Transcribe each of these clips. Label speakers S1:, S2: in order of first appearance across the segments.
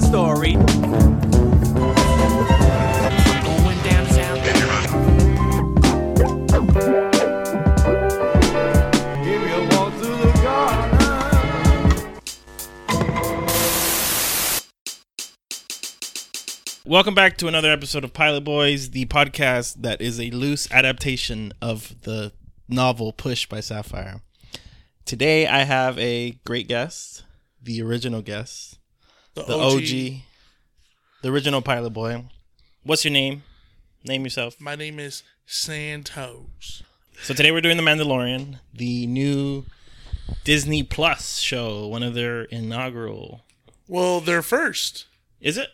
S1: story. Going downtown.
S2: Welcome back to another episode of Pilot Boys, the podcast that is a loose adaptation of the novel Push by Sapphire. Today I have a great guest, the original guest, the OG, the original Pilot Boy. What's your name? Name yourself.
S3: My name is Santos.
S2: So today we're doing The Mandalorian, the new Disney Plus show, one of their inaugural.
S3: Well, they're first.
S2: Is it?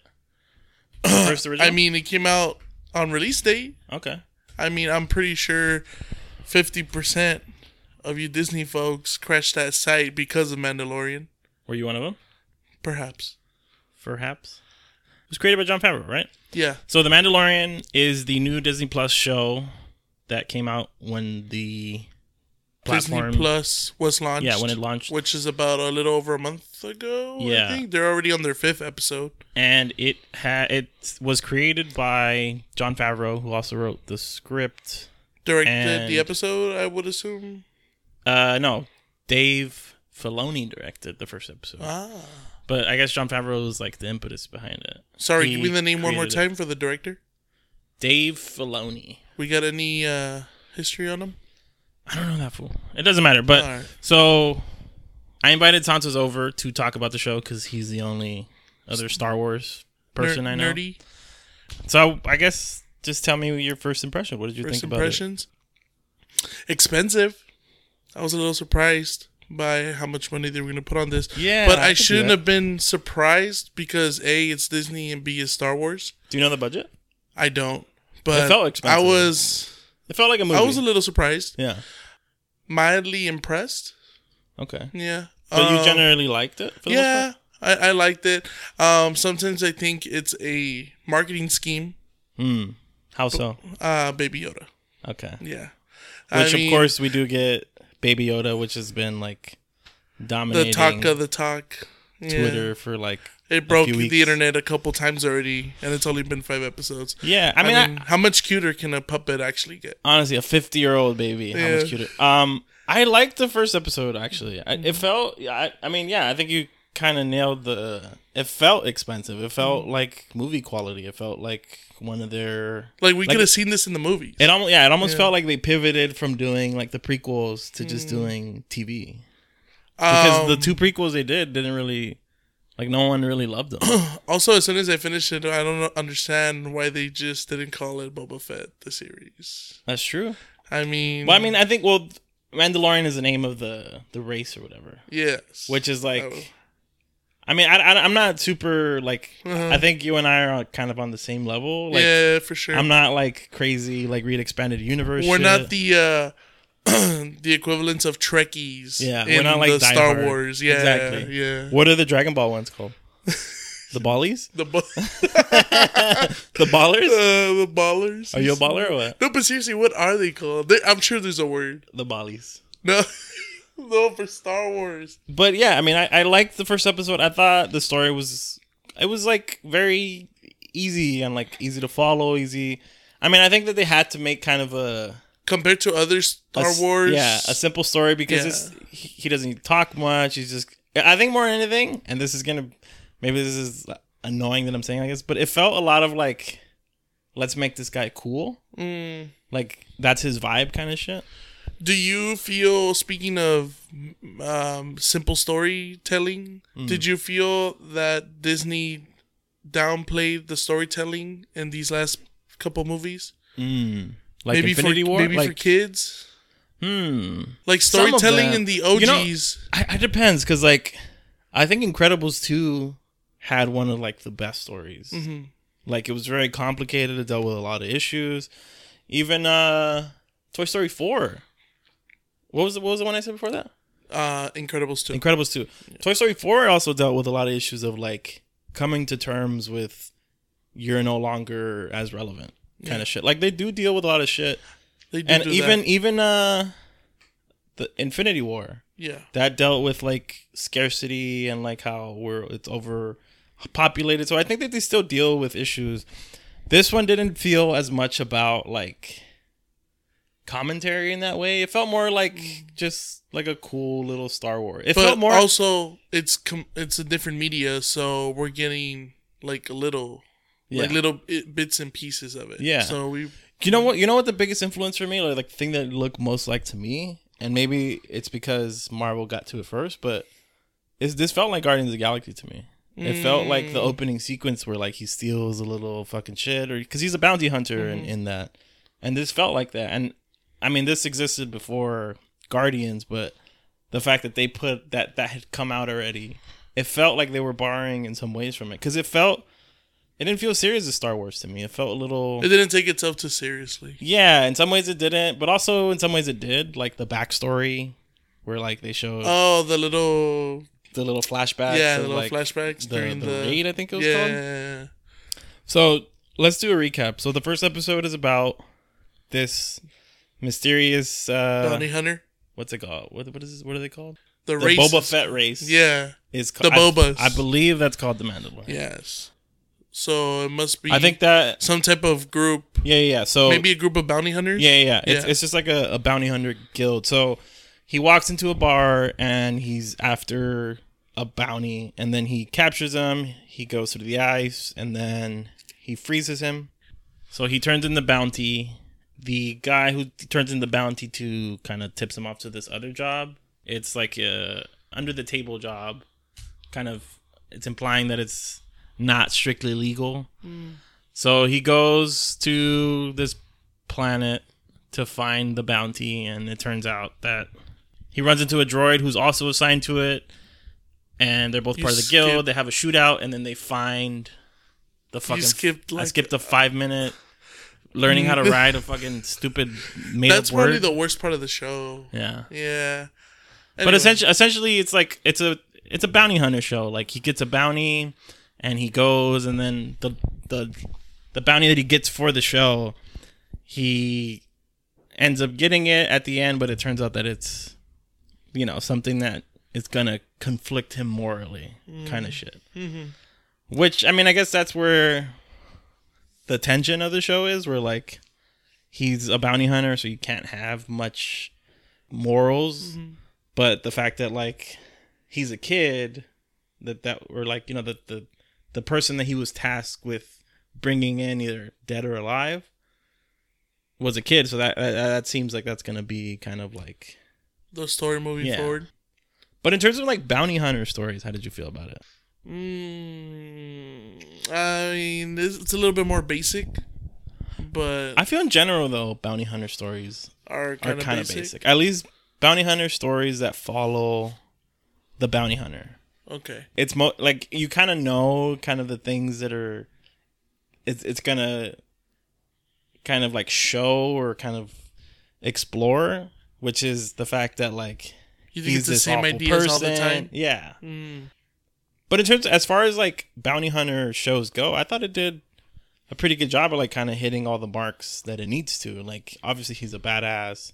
S2: First original?
S3: I mean, it came out on release date.
S2: okay.
S3: I mean, I'm pretty sure 50% of you Disney folks crashed that site because of Mandalorian.
S2: Were you one of them?
S3: Perhaps.
S2: Perhaps. It was created by John Favreau, right?
S3: Yeah.
S2: So, The Mandalorian is the new Disney Plus show that came out when the platform.
S3: Disney Plus was launched.
S2: Yeah, when it launched.
S3: Which is about a little over a month ago.
S2: Yeah.
S3: I think they're already on their fifth episode.
S2: And it had it was created by John Favreau, who also wrote the script.
S3: Directed
S2: And-
S3: the episode, I would assume.
S2: Uh, no, Dave Filoni directed the first episode,
S3: Ah.
S2: but I guess John Favreau was like the impetus behind it.
S3: Sorry,
S2: He
S3: give me the name one more
S2: created it.
S3: time for the director.
S2: Dave Filoni.
S3: We got any uh, history on him?
S2: I don't know that fool. It doesn't matter. But
S3: Alright.
S2: so I invited Santos over to talk about the show because he's the only other Star Wars person
S3: Ner-
S2: I know.
S3: Nerdy
S2: So I guess just tell me your first impression. What did you
S3: first
S2: think about
S3: impressions. Expensive. I was a little surprised by how much money they were going to put on this.
S2: Yeah,
S3: but
S2: I
S3: I,
S2: could do
S3: shouldn't
S2: that.
S3: have been surprised because a it's Disney and b it's Star Wars.
S2: it? Do you know the budget?
S3: I don't. But
S2: felt expensive.
S3: I was
S2: It felt like a movie.
S3: I was a little surprised,
S2: yeah.
S3: mildly impressed.
S2: Okay.
S3: Yeah.
S2: But you
S3: Um,
S2: generally liked it. For the most
S3: yeah, I, I liked it. Um, sometimes I think it's a marketing scheme.
S2: part? Mm. How so?
S3: Uh, Baby Yoda.
S2: Okay.
S3: Yeah. I
S2: Which
S3: mean,
S2: of course we do get Baby Yoda, which has been like dominating
S3: the talk of the talk. Yeah.
S2: Twitter for like
S3: It broke
S2: few weeks.
S3: the internet a couple times already, and it's only been five episodes.
S2: yeah.
S3: I mean,
S2: I,
S3: how much cuter can a puppet actually get?
S2: honestly a 50 year old baby how much
S3: Yeah.
S2: cuter um i liked the first episode actually I,
S3: Mm-hmm.
S2: it felt I, I mean yeah i think you kind of nailed the it felt expensive it felt
S3: Mm-hmm.
S2: like movie quality it felt like one of their
S3: Like we
S2: Like-
S3: could have seen this in the movies.
S2: it almost yeah it almost felt like they pivoted from doing like the prequels to just doing tv because
S3: Mm-hmm. Um,
S2: the two prequels they did didn't really like no one really loved them
S3: Um, also, as soon as I finished it, I don't understand why they just didn't call it Boba Fett the series.
S2: that's true
S3: I mean,
S2: well i mean i think well mandalorian is the name of the the race or whatever
S3: yes,
S2: which is like
S3: Oh.
S2: i mean I, I am not super like
S3: Uh-huh.
S2: i think you and i are kind of on the same level like
S3: yeah, for sure.
S2: i'm not like crazy like read expanded universe
S3: we're
S2: shit.
S3: not the uh, the equivalents of Trekkies.
S2: yeah
S3: in
S2: we're not like
S3: the
S2: Die
S3: Star
S2: Hard.
S3: Wars. Yeah,
S2: exactly
S3: yeah.
S2: what are the dragon ball ones called the ballies
S3: The bo- uh,
S2: the ballers
S3: the ballers.
S2: are you a baller or what
S3: No, but seriously, what are they called? They, I'm sure there's a word.
S2: the ballies
S3: No, no, for Star Wars.
S2: but yeah, I mean, I, I liked the first episode. I thought the story was it was like very easy and like easy to follow. Easy. I mean, I think that they had to make kind of a,
S3: Compared to other
S2: a
S3: Star
S2: s-
S3: Wars,
S2: yeah, a simple story because
S3: Yeah.
S2: it's, he, he doesn't talk much. He's just I think more than anything, and this is gonna maybe this is annoying that I'm saying like this, but it felt a lot of like let's make this guy cool,
S3: Mm.
S2: like that's his vibe kind of shit.
S3: do you feel? Speaking of um, simple storytelling,
S2: Mm.
S3: did you feel that Disney downplayed the storytelling in these last couple movies?
S2: Mm. Like
S3: maybe
S2: Infinity
S3: for
S2: War,
S3: maybe for
S2: like
S3: kids,
S2: hmm.
S3: like
S2: Some of
S3: storytelling
S2: that.
S3: in the OGs.
S2: You know, I, I depends because like I think Incredibles two had one of like the best stories.
S3: Mhm.
S2: Like it was very complicated. It dealt with a lot of issues. Even uh Toy Story four. What was the, what was the one I said before that?
S3: uh, Incredibles two.
S2: Incredibles two. Toy Story four also dealt with a lot of issues of like coming to terms with you're no longer as relevant kind of shit. Like they do deal with a lot of shit.
S3: they do
S2: And
S3: do
S2: even
S3: that.
S2: even uh the Infinity War
S3: yeah,
S2: that dealt with like scarcity and like how we're it's over populated. So I think that they still deal with issues. This one didn't feel as much about like commentary in that way. It felt more like just like a cool little Star Wars. It
S3: Mm. But
S2: felt more
S3: also, it's com- it's a different media, so we're getting like a little, like
S2: Yeah.
S3: little i- bits and pieces of it.
S2: Yeah.
S3: So we
S2: You know what? You know what the biggest influence for me, or like the thing that it looked most like to me, and maybe it's because Marvel got to it first, but is this felt like Guardians of the Galaxy to me? It felt like the opening sequence where like he steals a little fucking shit, or because he's a bounty hunter in, in that, and this felt like that. And I mean, this existed before Guardians, but the fact that they put that that had come out already, it felt like they were borrowing in some ways from it because it felt. It didn't feel serious as Star Wars to me. It felt a little.
S3: it didn't take itself too seriously.
S2: Yeah, in some ways it didn't, but also in some ways it did. Like the backstory, where like they showed
S3: Oh, the little
S2: the little flashbacks.
S3: yeah,
S2: of,
S3: the little
S2: like,
S3: flashbacks
S2: the,
S3: during
S2: the
S3: the,
S2: raid. I think it was called.
S3: yeah.
S2: So let's do a recap. So the first episode is about this mysterious.
S3: Bounty
S2: uh
S3: Hunter,
S2: What's it called? What what is this, what are they called?
S3: the,
S2: The
S3: race.
S2: Boba Fett race.
S3: Yeah.
S2: is ca-
S3: the
S2: I-
S3: Bobas.
S2: I, believe that's called the Mandalorian.
S3: Yes. So it must be.
S2: I think that.
S3: some type of group,
S2: Yeah, yeah. yeah. So
S3: maybe a group of bounty hunters.
S2: Yeah, yeah. yeah. It's,
S3: Yeah.
S2: it's just like a, a bounty hunter guild. So he walks into a bar and he's after a bounty, and then he captures him. He goes through the ice, and then he freezes him. So he turns in the bounty. The guy who turns in the bounty to kind of tips him off to this other job. It's like a under the table job, kind of. It's implying that it's not strictly legal. So he goes to this planet to find the bounty, and it turns out that he runs into a droid who's also assigned to it, and they're both
S3: You
S2: part of the
S3: skip-
S2: guild. They have a shootout, and then they find the fucking.
S3: skipped,
S2: I
S3: like,
S2: skipped a five minute learning how to ride a fucking stupid made
S3: That's
S2: up word.
S3: probably the worst part of the show.
S2: yeah,
S3: Yeah.
S2: but
S3: Anyway,
S2: essentially, essentially, it's like it's a it's a bounty hunter show. Like he gets a bounty, and he goes, and then the the the bounty that he gets for the show, he ends up getting it at the end. But it turns out that it's you know something that is gonna conflict him morally, kind of shit. Which I mean, I guess that's where the tension of the show is. Where like he's a bounty hunter, so you can't have much morals but the fact that like he's a kid that that or like you know the the, the person that he was tasked with bringing in either dead or alive was a kid so that that, that seems like that's gonna be kind of like
S3: the story moving
S2: Yeah.
S3: forward.
S2: but in terms of like bounty hunter stories how did you feel about it
S3: Mm, I mean, it's, it's a little bit more basic, but
S2: i feel in general though bounty hunter stories
S3: are
S2: are
S3: kind of
S2: kind of
S3: basic.
S2: basic at least bounty hunter stories that follow the bounty hunter
S3: Okay.
S2: it's mo like you kind of know kind of the things that are it's it's gonna kind of like show or kind of explore which is the fact that like
S3: You think
S2: he's
S3: it's the
S2: this
S3: same
S2: awful
S3: ideas
S2: person
S3: all the time?
S2: yeah
S3: Mm,
S2: but in terms as far as like bounty hunter shows go i thought it did a pretty good job of like kind of hitting all the marks that it needs to like obviously he's a badass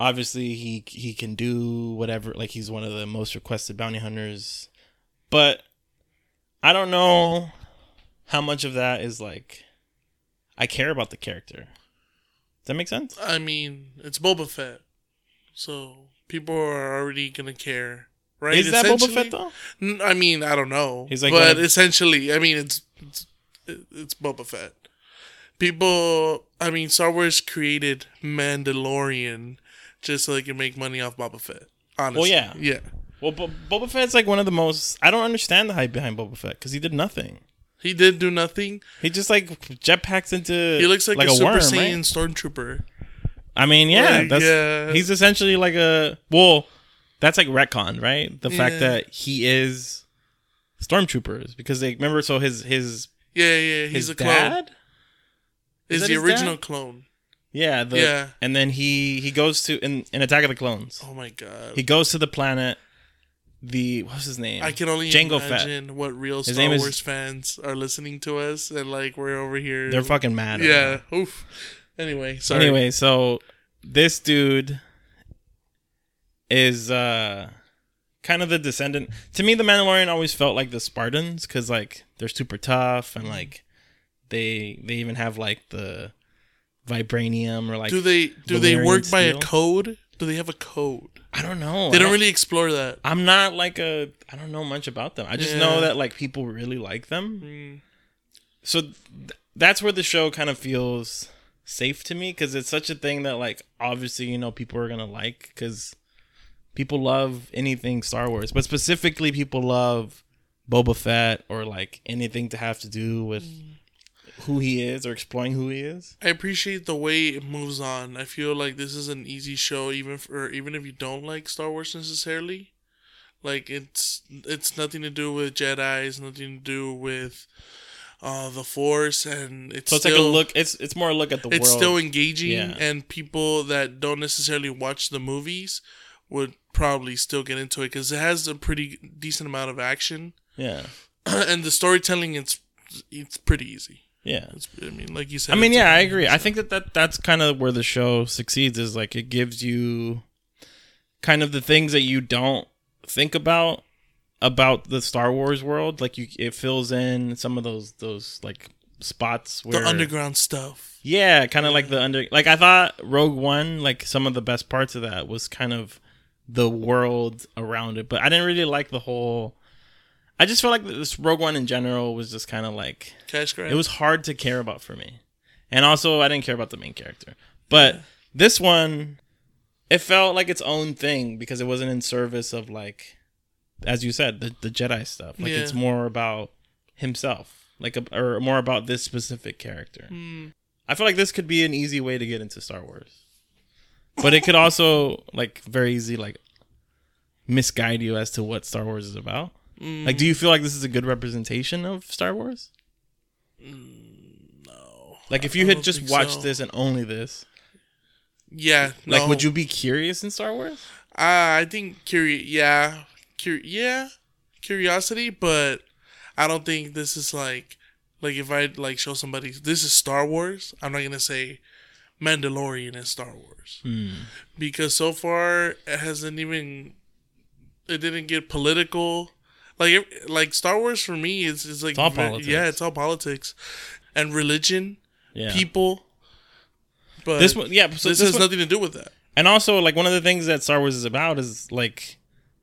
S2: obviously he he can do whatever like he's one of the most requested bounty hunters but i don't know how much of that is like i care about the character does that make sense
S3: I mean, it's Boba Fett, so people are already gonna care, right?
S2: is that boba
S3: Essentially-
S2: fett though
S3: N- I mean, I don't know.
S2: He's like one
S3: but
S2: of-
S3: essentially, I mean, it's, it's it's Boba Fett. People, I mean, Star Wars created Mandalorian just so they can make money off Boba Fett. Honestly,
S2: yeah.
S3: yeah.
S2: well Bo- boba fett's like one of the most i don't understand the hype behind boba fett because he did nothing
S3: He did do nothing.
S2: He just like jetpacks into.
S3: He looks like, a,
S2: a,
S3: Super
S2: worm,
S3: Saiyan
S2: right?
S3: stormtrooper.
S2: I mean, yeah,
S3: Like,
S2: that's
S3: yeah.
S2: he's essentially like a well. That's like retcon, right? The fact
S3: Yeah.
S2: that he is stormtroopers because they remember. So his his
S3: Yeah, yeah. He's
S2: his
S3: a clone.
S2: dad.
S3: Is
S2: Is that
S3: the
S2: his
S3: original
S2: dad?
S3: clone?
S2: Yeah, the,
S3: Yeah.
S2: And then he he goes to in, in Attack of the Clones.
S3: Oh my god!
S2: He goes to the planet. The what's his name?
S3: I can only
S2: Jango Fett.
S3: imagine what real Star
S2: name is-
S3: Wars fans are listening to us and like we're over here.
S2: They're fucking mad. at him.
S3: yeah. Oof. Anyway, sorry.
S2: Anyway, so this dude is uh kind of the descendant. To me, the Mandalorian always felt like the Spartans because like they're super tough and like they they even have like the vibranium or like
S3: do they do they
S2: Valyrian
S3: work by a
S2: steel?
S3: code? Do they have a code?
S2: I don't know.
S3: They
S2: I-
S3: don't really explore that.
S2: I'm not like a I don't know much about them. I just
S3: Yeah.
S2: know that like people really like them.
S3: Mm.
S2: So th- that's where the show kind of feels safe to me cuz it's such a thing that like obviously you know people are going to like cuz people love anything Star Wars, but specifically people love Boba Fett or like anything to have to do with
S3: Mm.
S2: who he is or exploring who he is.
S3: I appreciate the way it moves on. I feel like this is an easy show, even for even if you don't like Star Wars necessarily. Like it's it's nothing to do with Jedi. It's nothing to do with uh, the Force, and it's
S2: So it's like a
S3: still-
S2: look it's it's more a look at the
S3: It's
S2: world.
S3: still engaging,
S2: Yeah.
S3: and people that don't necessarily watch the movies would probably still get into it because it has a pretty decent amount of action,
S2: yeah.
S3: and the storytelling it's it's pretty easy.
S2: Yeah.
S3: It's, I mean, like you said,
S2: I mean,
S3: it's-
S2: yeah, I agree. I think that, that that's kind of where the show succeeds is like it gives you kind of the things that you don't think about about the Star Wars world. Like you, it fills in some of those those like spots where
S3: the underground stuff.
S2: Yeah, kind of like the under. Like I thought Rogue One, like some of the best parts of that was kind of the world around it, but I didn't really like the whole. I just felt like this Rogue One in general was just kind of like
S3: Cash grab.
S2: it was hard to care about for me. And also, I didn't care about the main character. But this one, it felt like its own thing because it wasn't in service of, like, as you said, the, the Jedi stuff. Like, it's
S3: Yeah.
S2: more about himself, like, a, or more about this specific character.
S3: Hmm.
S2: I feel like this could be an easy way to get into Star Wars. But it could also, like, very easy, like, misguide you as to what Star Wars is about. Like, do you feel like this is a good representation of Star Wars?
S3: mm, no.
S2: Like if
S3: I
S2: you had
S3: don't
S2: just
S3: think
S2: watched
S3: so.
S2: this and only this,
S3: Yeah.
S2: like
S3: no.
S2: would you be curious in Star Wars?
S3: Uh, I think curi. Yeah. Cur- yeah. Curiosity, but I don't think this is like, like if I like show somebody this is Star Wars, I'm not gonna say Mandalorian is Star Wars
S2: Hmm.
S3: because so far it hasn't even, it didn't get political. Like, if- like Star Wars for me is is like
S2: all
S3: ve- yeah,
S2: politics.
S3: it's all politics and religion,
S2: Yeah.
S3: people. But
S2: this one, yeah. So
S3: this,
S2: this,
S3: has
S2: one-
S3: nothing to do with that.
S2: and also like one of the things that Star Wars is about is like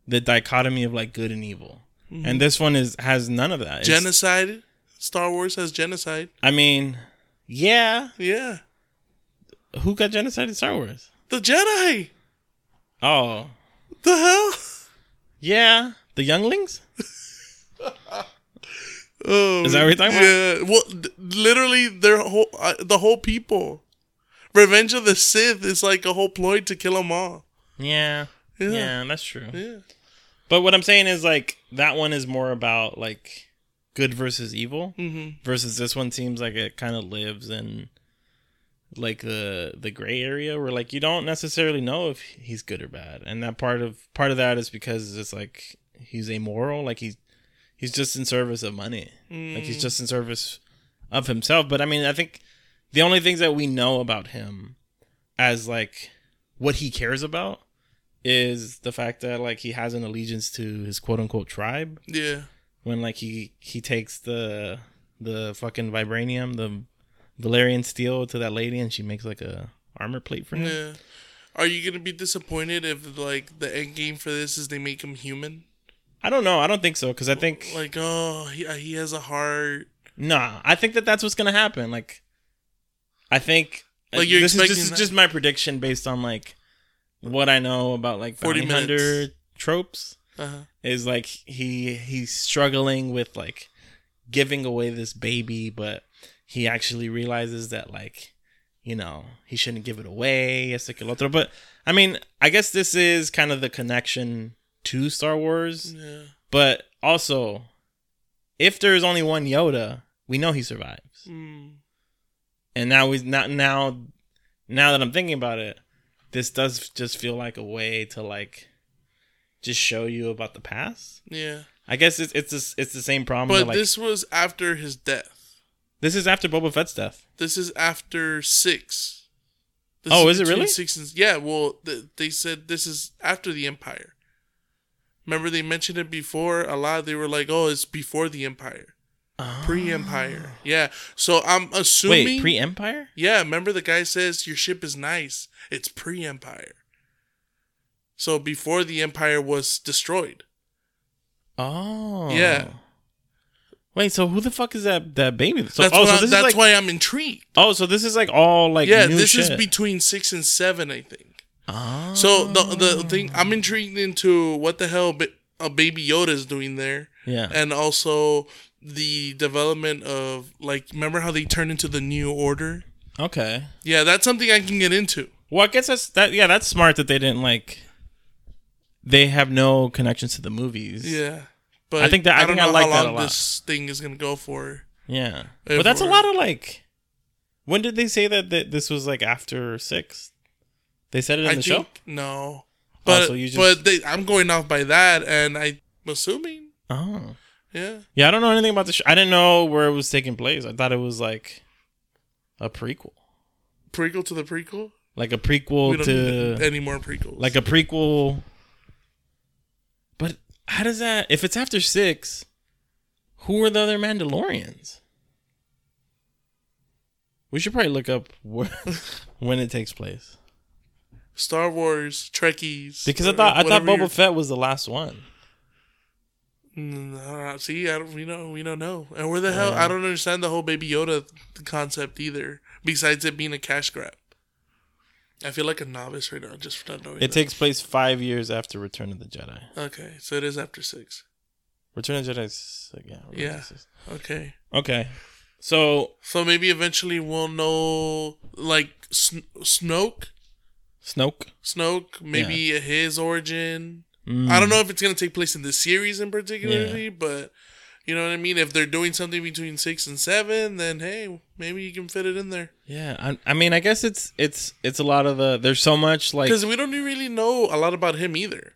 S2: the dichotomy of like good and evil,
S3: Mm-hmm.
S2: and this one is has none of that. It's-
S3: genocide. Star Wars has genocide.
S2: I mean, yeah.
S3: Yeah,
S2: Who got genocide in Star Wars?
S3: the Jedi.
S2: Oh,
S3: What the hell?
S2: yeah. The younglings.
S3: Oh,
S2: Is that what you're talking about?
S3: Yeah. Well, d- literally, their whole uh, the whole people. Revenge of the Sith is like a whole ploy to kill them all.
S2: Yeah.
S3: Yeah.
S2: Yeah, that's true.
S3: Yeah.
S2: But what I'm saying is like that one is more about like good versus evil.
S3: hmm
S2: versus this one seems like it kind of lives in like the the gray area where like you don't necessarily know if he's good or bad and that part of part of that is because it's like he's amoral like he's he's just in service of money
S3: Mm-hmm.
S2: like
S3: Mm.
S2: he's just in service of himself but i mean i think the only things that we know about him as like what he cares about is the fact that like he has an allegiance to his quote unquote tribe
S3: Yeah.
S2: when like he he takes the the fucking vibranium, the Valerian steel to that lady, and she makes like a armor plate for him.
S3: Yeah. Are you gonna be disappointed if like the end game for this is they make him human?
S2: I don't know. I don't think so because I think
S3: Like, oh, he, he has a heart.
S2: nah. I think that that's what's gonna happen. Like, I think
S3: Like, you're
S2: this is, this
S3: expecting
S2: is
S3: that-
S2: just my prediction based on like what I know about like
S3: 40
S2: bounty hunter
S3: minutes.
S2: tropes.
S3: Uh-huh.
S2: Is like he he's struggling with like giving away this baby, but he actually realizes that like you know he shouldn't give it away yes like a lot of- but i mean i guess this is kind of the connection to star wars
S3: Yeah.
S2: but also if there is only one yoda we know he survives
S3: Mm.
S2: and now he's not now now that i'm thinking about it this does just feel like a way to like just show you about the past
S3: Yeah.
S2: i guess it's it's the- it's the same problem
S3: But
S2: that, like, this
S3: this was after his death.
S2: this is after boba fett's death
S3: This is after six. This
S2: Oh, is it
S3: between
S2: really?
S3: Six and yeah. Well, th- they said this is after the Empire. Remember they mentioned it before a lot. They were like, "Oh, it's before the Empire, pre-Empire." Yeah. So I'm assuming.
S2: Wait, pre Empire?
S3: yeah. Remember the guy says your ship is nice. It's pre-Empire. So before the Empire was destroyed.
S2: Oh.
S3: Yeah.
S2: Wait, so who the fuck is that that baby? So,
S3: that's
S2: oh,
S3: why,
S2: so this
S3: that's
S2: is like,
S3: why I'm intrigued.
S2: oh, so this is like all like
S3: yeah,
S2: new
S3: this is
S2: shit.
S3: between six and seven, I think.
S2: Ah.
S3: So the the thing I'm intrigued into what the hell ba- a baby Yoda is doing there,
S2: yeah.
S3: and also the development of like remember how they turned into the New Order?
S2: okay.
S3: Yeah, that's something I can get into.
S2: Well, I guess that's that. Yeah, that's smart that they didn't like. They have no connections to the movies.
S3: Yeah, but
S2: I think that- I think I like that a lot.
S3: this thing is gonna go for.
S2: Yeah.
S3: If
S2: But that's a
S3: we're-
S2: lot of like. When did they say that th- this was like after six? They said it in
S3: I
S2: the
S3: think
S2: show. Oh,
S3: no, but
S2: so you just-
S3: but they, I'm going off by that, and I'm assuming
S2: Oh.
S3: yeah.
S2: Yeah, I don't know anything about the show. I didn't know where it was taking place. I thought it was like a prequel,
S3: Prequel to the prequel.
S2: like a
S3: We
S2: prequel
S3: don't
S2: to
S3: need any more prequels.
S2: like a prequel. But how does that? If it's after six, who are the other Mandalorians? We should probably look up where, when it takes place
S3: Star Wars Trekkies.
S2: because I
S3: or
S2: thought I
S3: whatever
S2: thought Boba
S3: your-
S2: Fett was the last one.
S3: Mm, uh, see, I don't, we don't we don't know, and where the hell I don't understand the whole Baby Yoda th- concept either. Besides it being a cash grab, I feel like a novice right now just for not knowing.
S2: It
S3: that.
S2: takes place five years after Return of the Jedi.
S3: okay, so it is after six.
S2: Return of the Jedi is yeah. Return of the
S3: Yeah.
S2: Jedi.
S3: Okay,
S2: Okay. So
S3: so maybe eventually we'll know like Sn- Snoke,
S2: Snoke.
S3: Snoke, maybe his origin.
S2: Mm.
S3: I don't know if it's gonna take place in this series in particularly, but you know what I mean. If they're doing something between six and seven, then hey, maybe you can fit it in there.
S2: Yeah, I, I mean, I guess it's it's it's a lot of the. There's so much like
S3: Because we don't really know a lot about him either.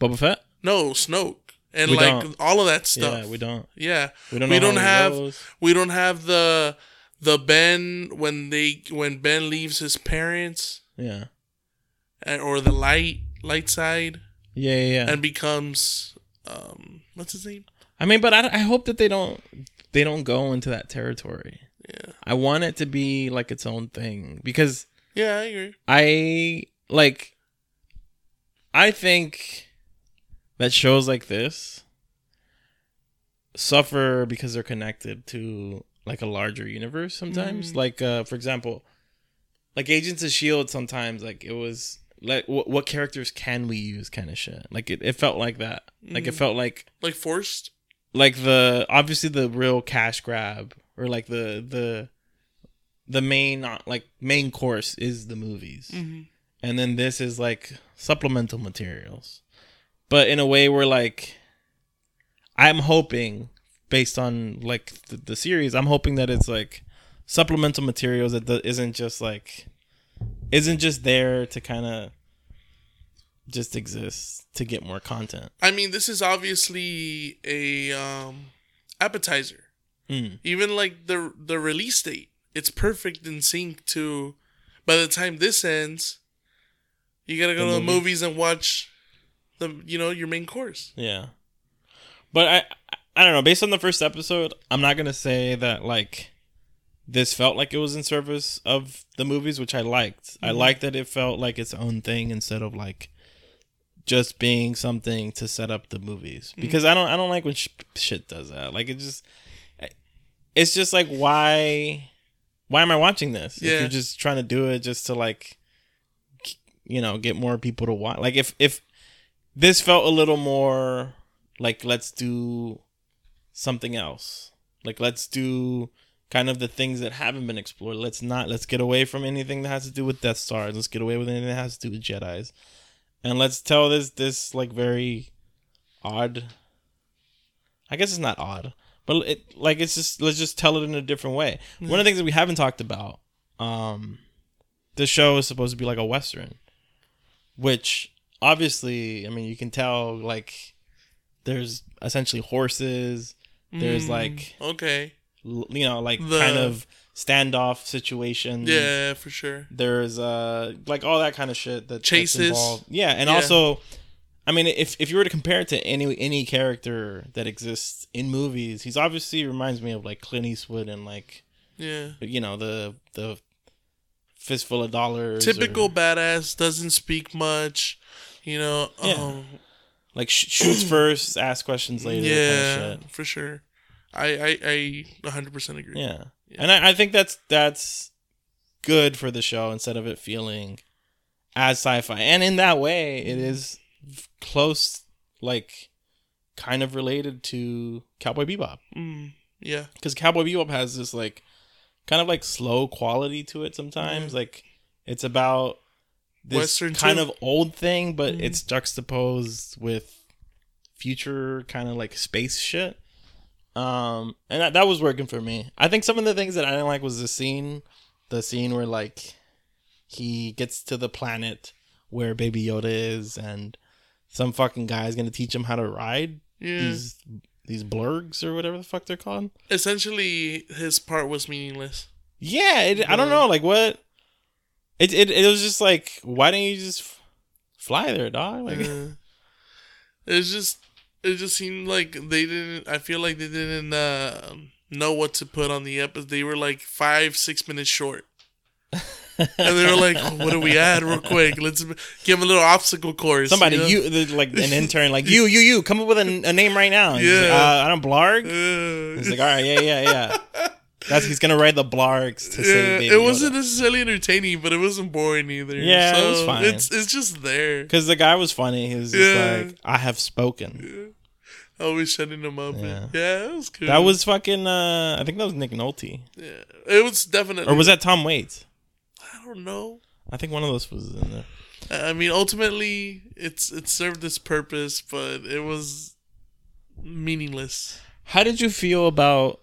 S2: Boba Fett.
S3: No, Snoke and
S2: We
S3: like
S2: don't.
S3: all of that stuff.
S2: Yeah, we don't.
S3: Yeah,
S2: We don't. Know
S3: we
S2: how
S3: don't
S2: he
S3: have
S2: goes.
S3: we don't have the the Ben when they when Ben leaves his parents
S2: Yeah.
S3: and, or the light light side
S2: Yeah, yeah. yeah.
S3: and becomes um what's his name?
S2: I mean, but I, I hope that they don't they don't go into that territory.
S3: Yeah,
S2: I want it to be like its own thing because
S3: yeah, I agree.
S2: I like I think that shows like this suffer because they're connected to like a larger universe sometimes.
S3: Mhm.
S2: Like uh for example, like Agents of Shield E sometimes like it was like wh- what characters can we use kind of shit. Like it, it felt like that. Like it
S3: Mhm.
S2: felt like
S3: Like forced.
S2: like the obviously the real cash grab or like the the the main uh, like main course is the movies
S3: Mm-hmm.
S2: and then this is like supplemental materials but in a way where like i'm hoping based on like the, the series i'm hoping that it's like supplemental materials that the, isn't just like isn't just there to kind of just exist to get more content
S3: I mean, this is obviously a um appetizer.
S2: Mm.
S3: Even like the the release date, it's perfect in sync to. By the time this ends, you gotta go to
S2: The
S3: the
S2: movie.
S3: movies and watch the you know your main course.
S2: Yeah. But I I- I don't know, based on the first episode, I'm not going to say that like this felt like it was in service of the movies which I liked. I liked that it felt like its own thing instead of like just being something to set up the movies. Because I don't I don't like when sh- shit does that. Like it just it's just like why why am I watching this?
S3: Yeah.
S2: If you're just trying to do it just to like you know, get more people to watch. Like if if this felt a little more like let's do something else like let's do kind of the things that haven't been explored let's not let's get away from anything that has to do with death stars let's get away with anything that has to do with jedis and let's tell this this like very odd i guess it's not odd but it like it's just let's just tell it in a different way one of the things that we haven't talked about um the show is supposed to be like a western which obviously i mean you can tell like there's essentially horses there's
S3: Mm,
S2: like
S3: okay,
S2: l- you know like
S3: The-
S2: kind of standoff situations
S3: yeah, for sure.
S2: there's uh like all that kind of shit that that's
S3: Chases.
S2: involved. yeah and
S3: Yeah.
S2: also I mean, if if you were to compare it to any any character that exists in movies, he's obviously reminds me of like Clint Eastwood and like
S3: Yeah.
S2: you know the the fistful of dollars. or-
S3: Typical badass doesn't speak much. You know.
S2: Yeah.
S3: Um,
S2: like sh- shoots first, asks questions later.
S3: yeah.
S2: Yeah, kind of shit.
S3: For sure. I I I 100% agree.
S2: yeah. And I, I think that's that's good for the show instead of it feeling as sci-fi. And in that way, it is close, like kind of related to Cowboy Bebop.
S3: Mm, yeah.
S2: because Cowboy Bebop has this like kind of like slow quality to it sometimes. Like it's about this
S3: Mm-hmm. Western
S2: kind
S3: too.
S2: of old thing, but
S3: Mhm.
S2: it's juxtaposed with future kind of like space shit. Um, and that, that was working for me. I think some of the things that I didn't like was the scene, the scene where like he gets to the planet where Baby Yoda is, and some fucking guy is gonna teach him how to ride
S3: Yeah.
S2: these these blurgs or whatever the fuck they're called.
S3: Essentially, his part was meaningless.
S2: Yeah, it, I don't know, like what. It, it it was just like, why didn't you just f- fly there, dog? Like,
S3: Uh, it's just it just seemed like they didn't i feel like they didn't uh, know what to put on the episode they were like five six minutes short and they were like "Oh, what do we add real quick let's give 'em a little obstacle course
S2: somebody
S3: know?
S2: you, the- like an intern, like you, you, you, come up with a, a name right now. He's like,
S3: Yeah.
S2: uh, I don't blarg.
S3: Uh,
S2: He's like, all right, yeah, yeah, yeah. That's he's gonna ride the blargs to
S3: yeah,
S2: save baby.
S3: it wasn't necessarily entertaining, but it wasn't boring either.
S2: Yeah, it was
S3: So,
S2: fine.
S3: It's it's just there.
S2: because the guy was funny. He was just
S3: Yeah.
S2: like, I have spoken.
S3: Always shutting them up. Yeah, it was cool.
S2: That was fucking. uh I think that was Nick Nolte,
S3: yeah, it was definitely.
S2: or was that Tom Waits?
S3: I don't know.
S2: I think one of those was in there.
S3: I mean, ultimately, it's it served its purpose, but it was meaningless.
S2: How did you feel about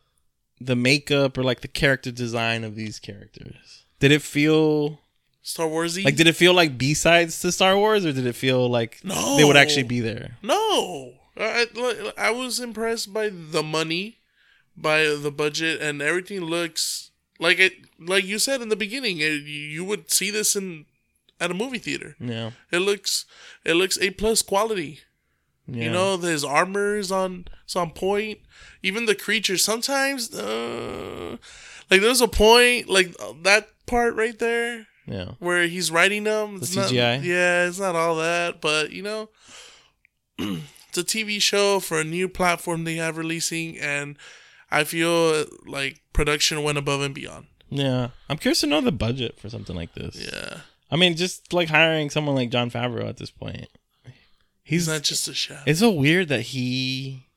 S2: the makeup or like the character design of these characters? Did it feel
S3: Star Warsy?
S2: like did it feel like B sides to Star Wars, or did it feel like
S3: No.
S2: they would actually be there?
S3: no. I, I- I was impressed by the money, by the budget, and everything looks like it. Like you said in the beginning, it, you would see this in at a movie theater.
S2: Yeah,
S3: It looks it looks a plus quality.
S2: yeah.
S3: You know, his armor is on is on point. Even the creatures sometimes, uh, like there's a point like uh, that part right there
S2: yeah.
S3: where he's riding them. It's not-
S2: CGI?
S3: yeah, it's not all that, but you know, it's a TV show for a new platform they have releasing, and I feel like production went above and beyond.
S2: Yeah, I'm curious to know the budget for something like this.
S3: Yeah,
S2: I mean, just like hiring someone like John Favreau at this point,
S3: he's
S2: he's
S3: not just a chef.
S2: It's so weird that he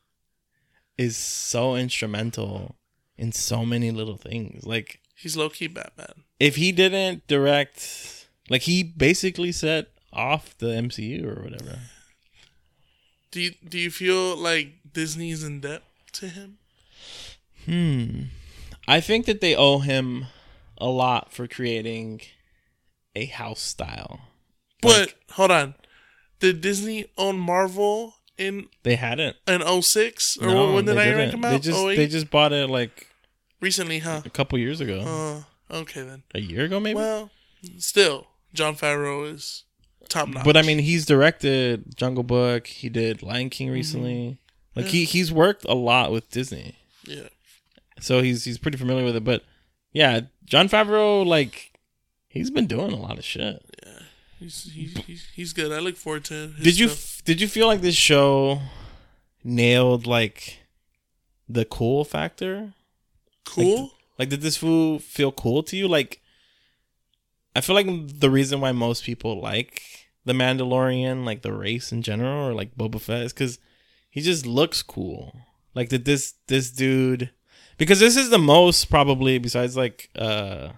S2: is so instrumental in so many little things. Like
S3: He's low key Batman.
S2: if he didn't direct like he basically set off the MCU or whatever.
S3: Do you, do you feel like Disney's in debt to him?
S2: Hmm. I think that they owe him a lot for creating a house style.
S3: But hold on. Did Disney own Marvel in
S2: They hadn't.
S3: in 06? Or
S2: No,
S3: when did
S2: they
S3: I
S2: didn't.
S3: rank come out? Oh,
S2: They just
S3: 08?
S2: they just bought it like
S3: Recently, huh?
S2: a couple years ago.
S3: Uh, okay then.
S2: a year ago maybe.
S3: Well, still, John Favreau is top notch.
S2: but I mean he's directed Jungle Book, he did Lion King
S3: Mm-hmm.
S2: recently. Like he he's worked a lot with Disney.
S3: yeah,
S2: so he's he's pretty familiar with it. But yeah, John Favreau, like he's been doing a lot of shit.
S3: he's, he's, he's, he's good. I look forward to. His
S2: Did you
S3: stuff.
S2: f- did you feel like this show nailed like the cool factor?
S3: cool?
S2: Like, did this fool feel cool to you? Like, I feel like the reason why most people like the Mandalorian, like the race in general, or like Boba Fett, is because he just looks cool. Like, did this this dude? Because this is the most probably besides like uh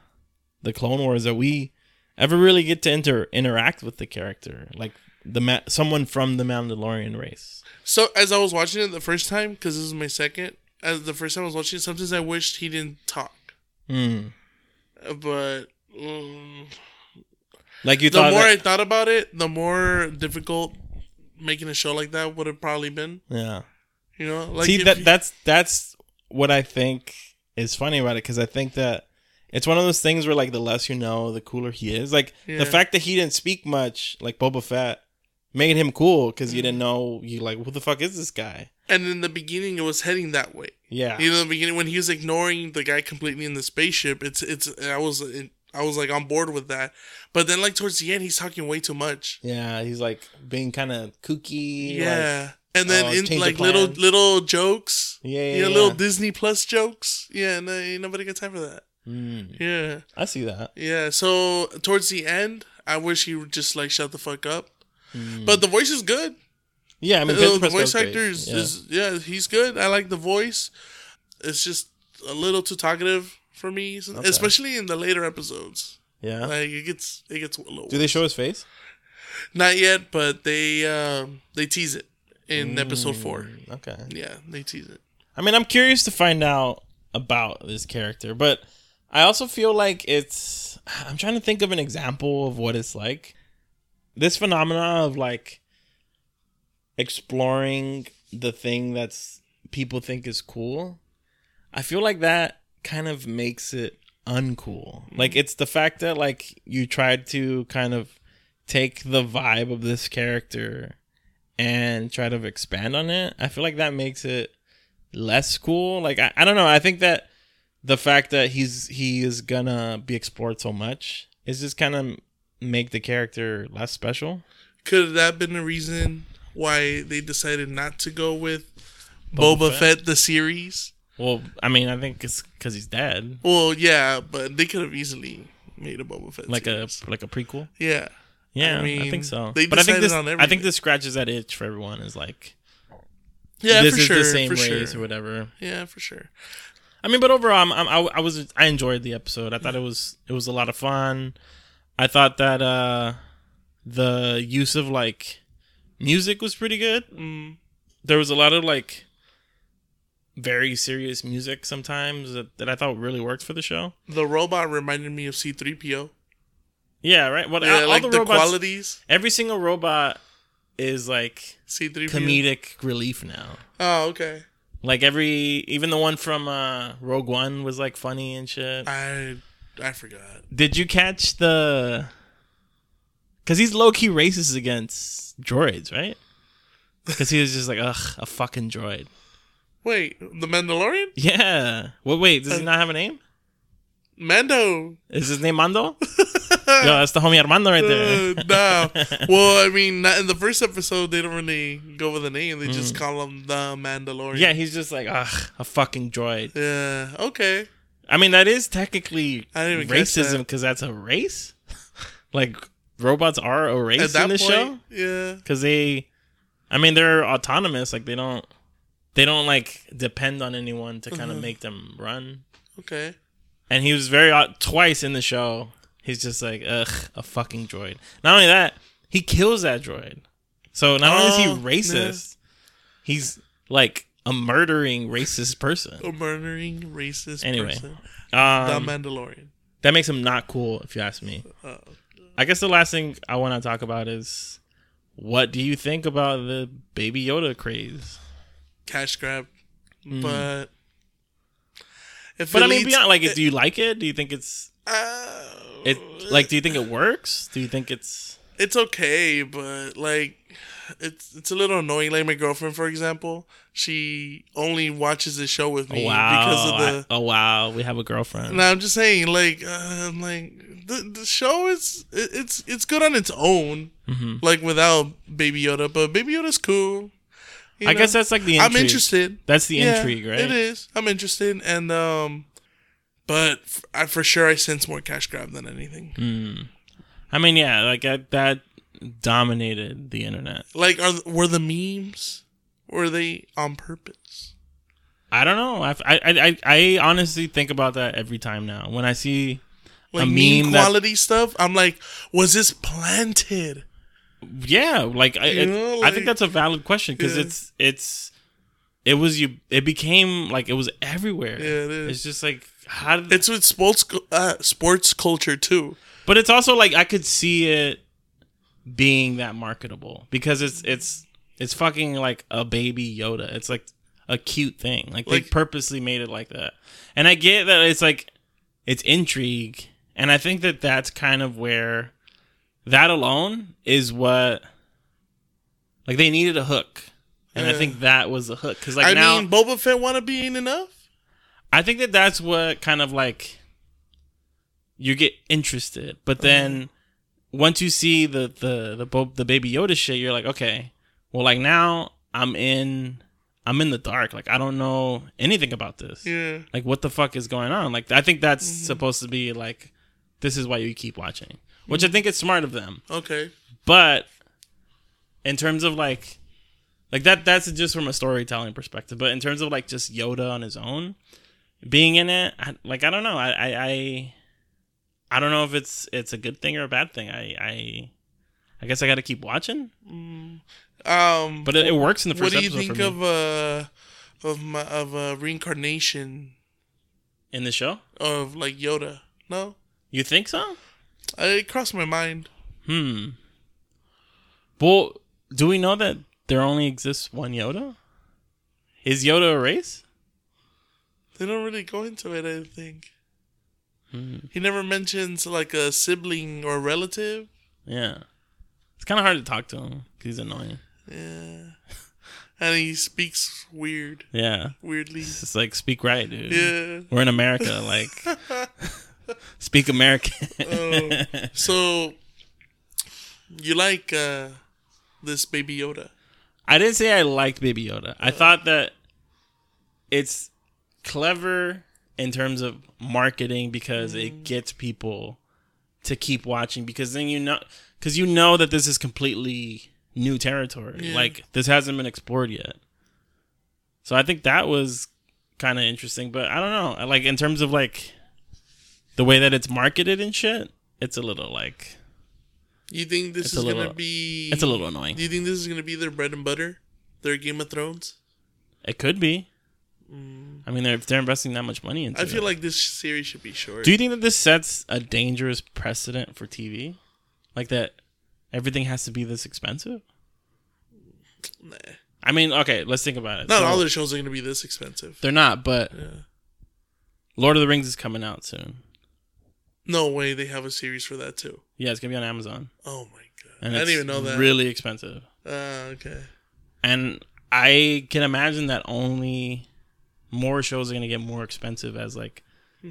S2: the Clone Wars that we ever really get to inter- interact with the character, like the ma- someone from the Mandalorian race.
S3: so as I was watching it the first time, because this is my second. As the first time I was watching it, sometimes I wished he didn't talk.
S2: Hmm.
S3: Uh, But mm,
S2: Like you
S3: the
S2: thought.
S3: more
S2: that-
S3: I thought about it, the more difficult making a show like that would have probably been.
S2: yeah.
S3: You know, like
S2: See
S3: if
S2: that
S3: you-
S2: that's that's what I think is funny about it because I think that it's one of those things where like the less you know, the cooler he is. Like
S3: Yeah.
S2: the fact that he didn't speak much, like Boba Fett, made him cool because
S3: Mm.
S2: you didn't know you like who the fuck is this guy?
S3: And in the beginning, it was heading that way.
S2: Yeah,
S3: You know, in the beginning when he was ignoring the guy completely in the spaceship, it's it's. and I was I was like on board with that, but then like towards the end, he's talking way too much.
S2: yeah. He's like being kind of kooky. like-
S3: Yeah, and then
S2: oh, change
S3: in
S2: of
S3: like little
S2: plans.
S3: little jokes.
S2: yeah, yeah,
S3: you know,
S2: yeah.
S3: little Disney Plus jokes. Yeah, no, ain't nobody got time for that.
S2: Mm,
S3: Yeah,
S2: I see that.
S3: yeah. So towards the end, I wish he would just like shut the fuck up. But the voice is good.
S2: Yeah, Hmm. I mean,
S3: Uh,
S2: Pedro
S3: the
S2: Pascal's
S3: voice
S2: great.
S3: actor is
S2: Yeah.
S3: yeah. is yeah, he's good. I like the voice. It's just a little too talkative for me, s- especially in the later episodes.
S2: yeah.
S3: Like it gets it gets a little
S2: Do they show his face?
S3: not yet, but they um, they tease it in
S2: Hmm.
S3: episode four.
S2: Okay.
S3: Yeah, they tease it.
S2: I mean, I'm curious to find out about this character, but I also feel like it's. I'm trying to think of an example of what it's like. This phenomena of like exploring the thing that's people think is cool. I feel like that kind of makes it uncool. Like it's the fact that like you tried to kind of take the vibe of this character and try to expand on it. I feel like that makes it less cool. Like I, I don't know. I think that the fact that he's he is gonna be explored so much is just kind of make the character less special.
S3: Could that have been the reason why they decided not to go with Boba,
S2: Fett?
S3: Fett? the series?
S2: Well, I mean, I think it's because he's dead,
S3: Well, yeah, but they could have easily made a Boba Fett
S2: like a
S3: series.
S2: like a prequel.
S3: yeah.
S2: Yeah, I,
S3: I mean,
S2: think so.
S3: they
S2: But I think
S3: decided
S2: this
S3: on
S2: I think
S3: everything.
S2: this scratches that itch for everyone. Is like
S3: Yeah,
S2: this
S3: for
S2: is
S3: sure.
S2: the same
S3: for
S2: race
S3: sure.
S2: or whatever.
S3: Yeah, for sure.
S2: I mean, but overall, I'm, I'm, I, I was I enjoyed the episode. I thought it was it was a lot of fun. I thought that uh the use of like music was pretty good.
S3: Mm,
S2: There was a lot of like very serious music sometimes that, that I thought really worked for the show.
S3: the robot reminded me of C3PO.
S2: Yeah, right. What
S3: Yeah,
S2: Uh, all,
S3: like
S2: all
S3: the,
S2: the robots?
S3: qualities.
S2: Every single robot is like
S3: C3PO.
S2: comedic relief now.
S3: Oh, okay.
S2: Like every even the one from uh Rogue One was like funny and shit.
S3: I I forgot.
S2: Did you catch the? Because he's low key racist against droids, right? Because he was just like, ugh, a fucking droid.
S3: Wait, the Mandalorian?
S2: Yeah. Well, wait, does he not have a name?
S3: Mando.
S2: Is his name Mando? Yo, that's the homie Armando right there.
S3: Uh, nah. Well, I mean, not in the first episode, they don't really go with a name. They just call him the Mandalorian.
S2: Mm. Yeah, he's just like, ugh, a fucking droid.
S3: Yeah. Okay.
S2: I mean, that is technically
S3: I didn't even catch
S2: racism
S3: that.
S2: because that's a race. like, robots are a race
S3: At that
S2: in this
S3: point,
S2: show.
S3: yeah.
S2: because they i mean they're autonomous like they don't they don't like depend on anyone to
S3: Mm-hmm.
S2: kind of make them run
S3: Okay.
S2: and he was very au- twice in the show he's just like ugh a fucking droid not only that he kills that droid so not
S3: Oh,
S2: only is he racist he's like a murdering racist
S3: A
S2: person
S3: murdering racist
S2: Anyway.
S3: person. The
S2: um,
S3: Mandalorian.
S2: that makes him not cool if you ask me
S3: Oh.
S2: i guess the last thing i want to talk about is what do you think about the baby yoda craze
S3: Cash grab. But. If
S2: hmm. But
S3: it
S2: I mean,
S3: leads-
S2: beyond like, do you like it? Do you think it's
S3: Uh,
S2: it? Like, do you think it works? Do you think it's?
S3: it's okay, but like it's it's a little annoying. Like my girlfriend, for example, she only watches this show with me because of the.
S2: I- oh wow, we have a girlfriend.
S3: no, I'm just saying, like, uh, I'm like the the show is it, it's it's good on its own,
S2: Mhm.
S3: like without Baby Yoda, but Baby Yoda's cool. you
S2: I
S3: know?
S2: guess that's like the. Intrigue.
S3: I'm interested.
S2: That's the
S3: Yeah,
S2: intrigue, right?
S3: It is. I'm interested, and um, but f- I for sure I sense more cash grab than anything.
S2: Hmm. I mean, yeah, like I, that dominated the internet.
S3: Like, are were the memes? Were they on purpose?
S2: I don't know. I, I I I honestly think about that every time now when I see.
S3: like
S2: a
S3: meme,
S2: meme that-
S3: quality stuff. I'm like, was this planted?
S2: Yeah, like I
S3: You
S2: it-
S3: know,
S2: I
S3: like-
S2: think that's a valid question because
S3: Yeah.
S2: it's it's. It was you. It became like it was everywhere.
S3: Yeah, it is.
S2: It's just like how did
S3: It's with sports cu- uh, sports culture too.
S2: But it's also like I could see it being that marketable because it's it's it's fucking like a baby Yoda. It's like a cute thing. Like, they
S3: Like-
S2: purposely made it like that. And I get that it's like it's intrigue, and I think that that's kind of where that alone is what Like they needed a hook, and I
S3: Yeah.
S2: think that was the hook. Because like
S3: I
S2: now,
S3: mean, Boba Fett wannabe ain't enough.
S2: I think that that's what kind of like you get interested, but then once you see the the the Bo- the Baby Yoda shit, you're like, okay, well, like now I'm in I'm in the dark. Like I don't know anything about this.
S3: Yeah.
S2: Like what the fuck is going on? Like I think that's supposed to be like this is why you keep watching, which I think it's smart of them.
S3: Okay.
S2: But in terms of like like that that's just from a storytelling perspective. But in terms of like just Yoda on his own being in it, I, like I don't know. I, I I I don't know if it's it's a good thing or a bad thing. I I I guess I got to keep watching.
S3: Um.
S2: But it, it works in the
S3: what
S2: first
S3: do you think
S2: episode for
S3: of
S2: me
S3: uh of my of uh, reincarnation
S2: in the show.
S3: of like Yoda? No,
S2: You think so?
S3: Uh, it crossed my mind.
S2: Hmm. Well, do we know that there only exists one Yoda? Is Yoda a race?
S3: They don't really go into it. I think
S2: Hmm.
S3: he never mentions like a sibling or relative.
S2: Yeah. It's kind of hard to talk to him because he's annoying.
S3: Yeah, and he speaks weird,
S2: Yeah.
S3: weirdly.
S2: It's just like, speak right, dude.
S3: Yeah.
S2: We're in America. Like, speak American.
S3: So you like uh this baby Yoda?
S2: I didn't say I liked Baby Yoda. I thought that it's clever in terms of marketing because
S3: Mm.
S2: it gets people to keep watching because then you know because you know that this is completely new territory.
S3: Yeah.
S2: Like this hasn't been explored yet. So I think that was kind of interesting, but I don't know. I Like in terms of like the way that it's marketed and shit, it's a little like
S3: You think this
S2: It's a
S3: is
S2: little-
S3: gonna be?
S2: it's a little annoying.
S3: Do you think this is gonna be their bread and butter? Their Game of Thrones?
S2: It could be. I mean, they're, if they're investing that much money into
S3: Mm. I
S2: it.
S3: feel like this series should be short.
S2: Do you think that this sets a dangerous precedent for TV? Like that everything has to be this expensive?
S3: Nah.
S2: I mean, okay, let's think about it.
S3: Not
S2: So,
S3: all their shows are going to be this expensive.
S2: they're not, but
S3: Yeah.
S2: Lord of the Rings is coming out soon.
S3: No way they have a series for that too.
S2: Yeah, it's gonna be on Amazon.
S3: Oh my god!
S2: And
S3: I
S2: it's
S3: didn't even know that.
S2: Really expensive.
S3: Uh, okay.
S2: And I can imagine that only more shows are gonna get more expensive as like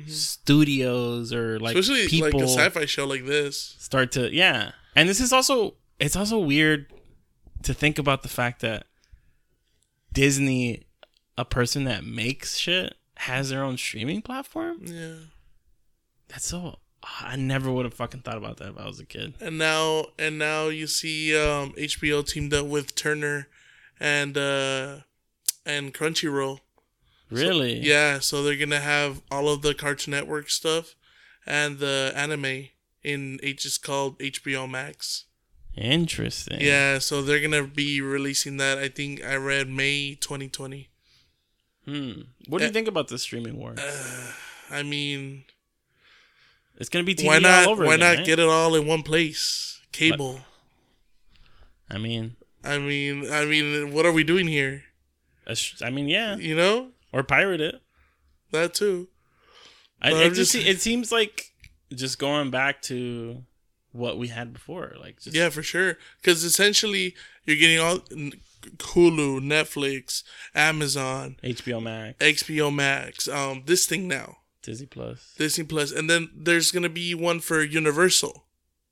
S2: studios or like
S3: Mm-hmm. Especially
S2: people
S3: like a sci-fi show like this.
S2: start to yeah and this is also it's also weird to think about the fact that disney a person that makes shit has their own streaming platform
S3: Yeah.
S2: that's so i never would have fucking thought about that if i was a kid
S3: And now, and now you see um, HBO teamed up with Turner and uh, and Crunchyroll.
S2: really
S3: Yeah, so they're gonna have all of the Cartoon Network stuff and the anime in H is called HBO Max.
S2: interesting
S3: Yeah, so they're gonna be releasing that. I think I read May 2020.
S2: hmm. what do you
S3: Uh,
S2: think about this streaming war
S3: I mean,
S2: it's gonna be TV
S3: why
S2: all
S3: not?
S2: over
S3: Why
S2: again, eh?
S3: not
S2: right?
S3: get it all in one place? Cable.
S2: i mean
S3: I mean, I mean, what are we doing here?
S2: a sh- i mean yeah
S3: You know
S2: or pirate it
S3: that too.
S2: I,
S3: But
S2: it
S3: I'm
S2: just
S3: just-
S2: se- it seems like just going back to what we had before like just
S3: Yeah, for sure. Because essentially, you're getting all n- Hulu, Netflix, Amazon,
S2: HBO Max,
S3: HBO Max, um, this thing now,
S2: Disney Plus.
S3: Disney Plus, and then there's gonna be one for Universal.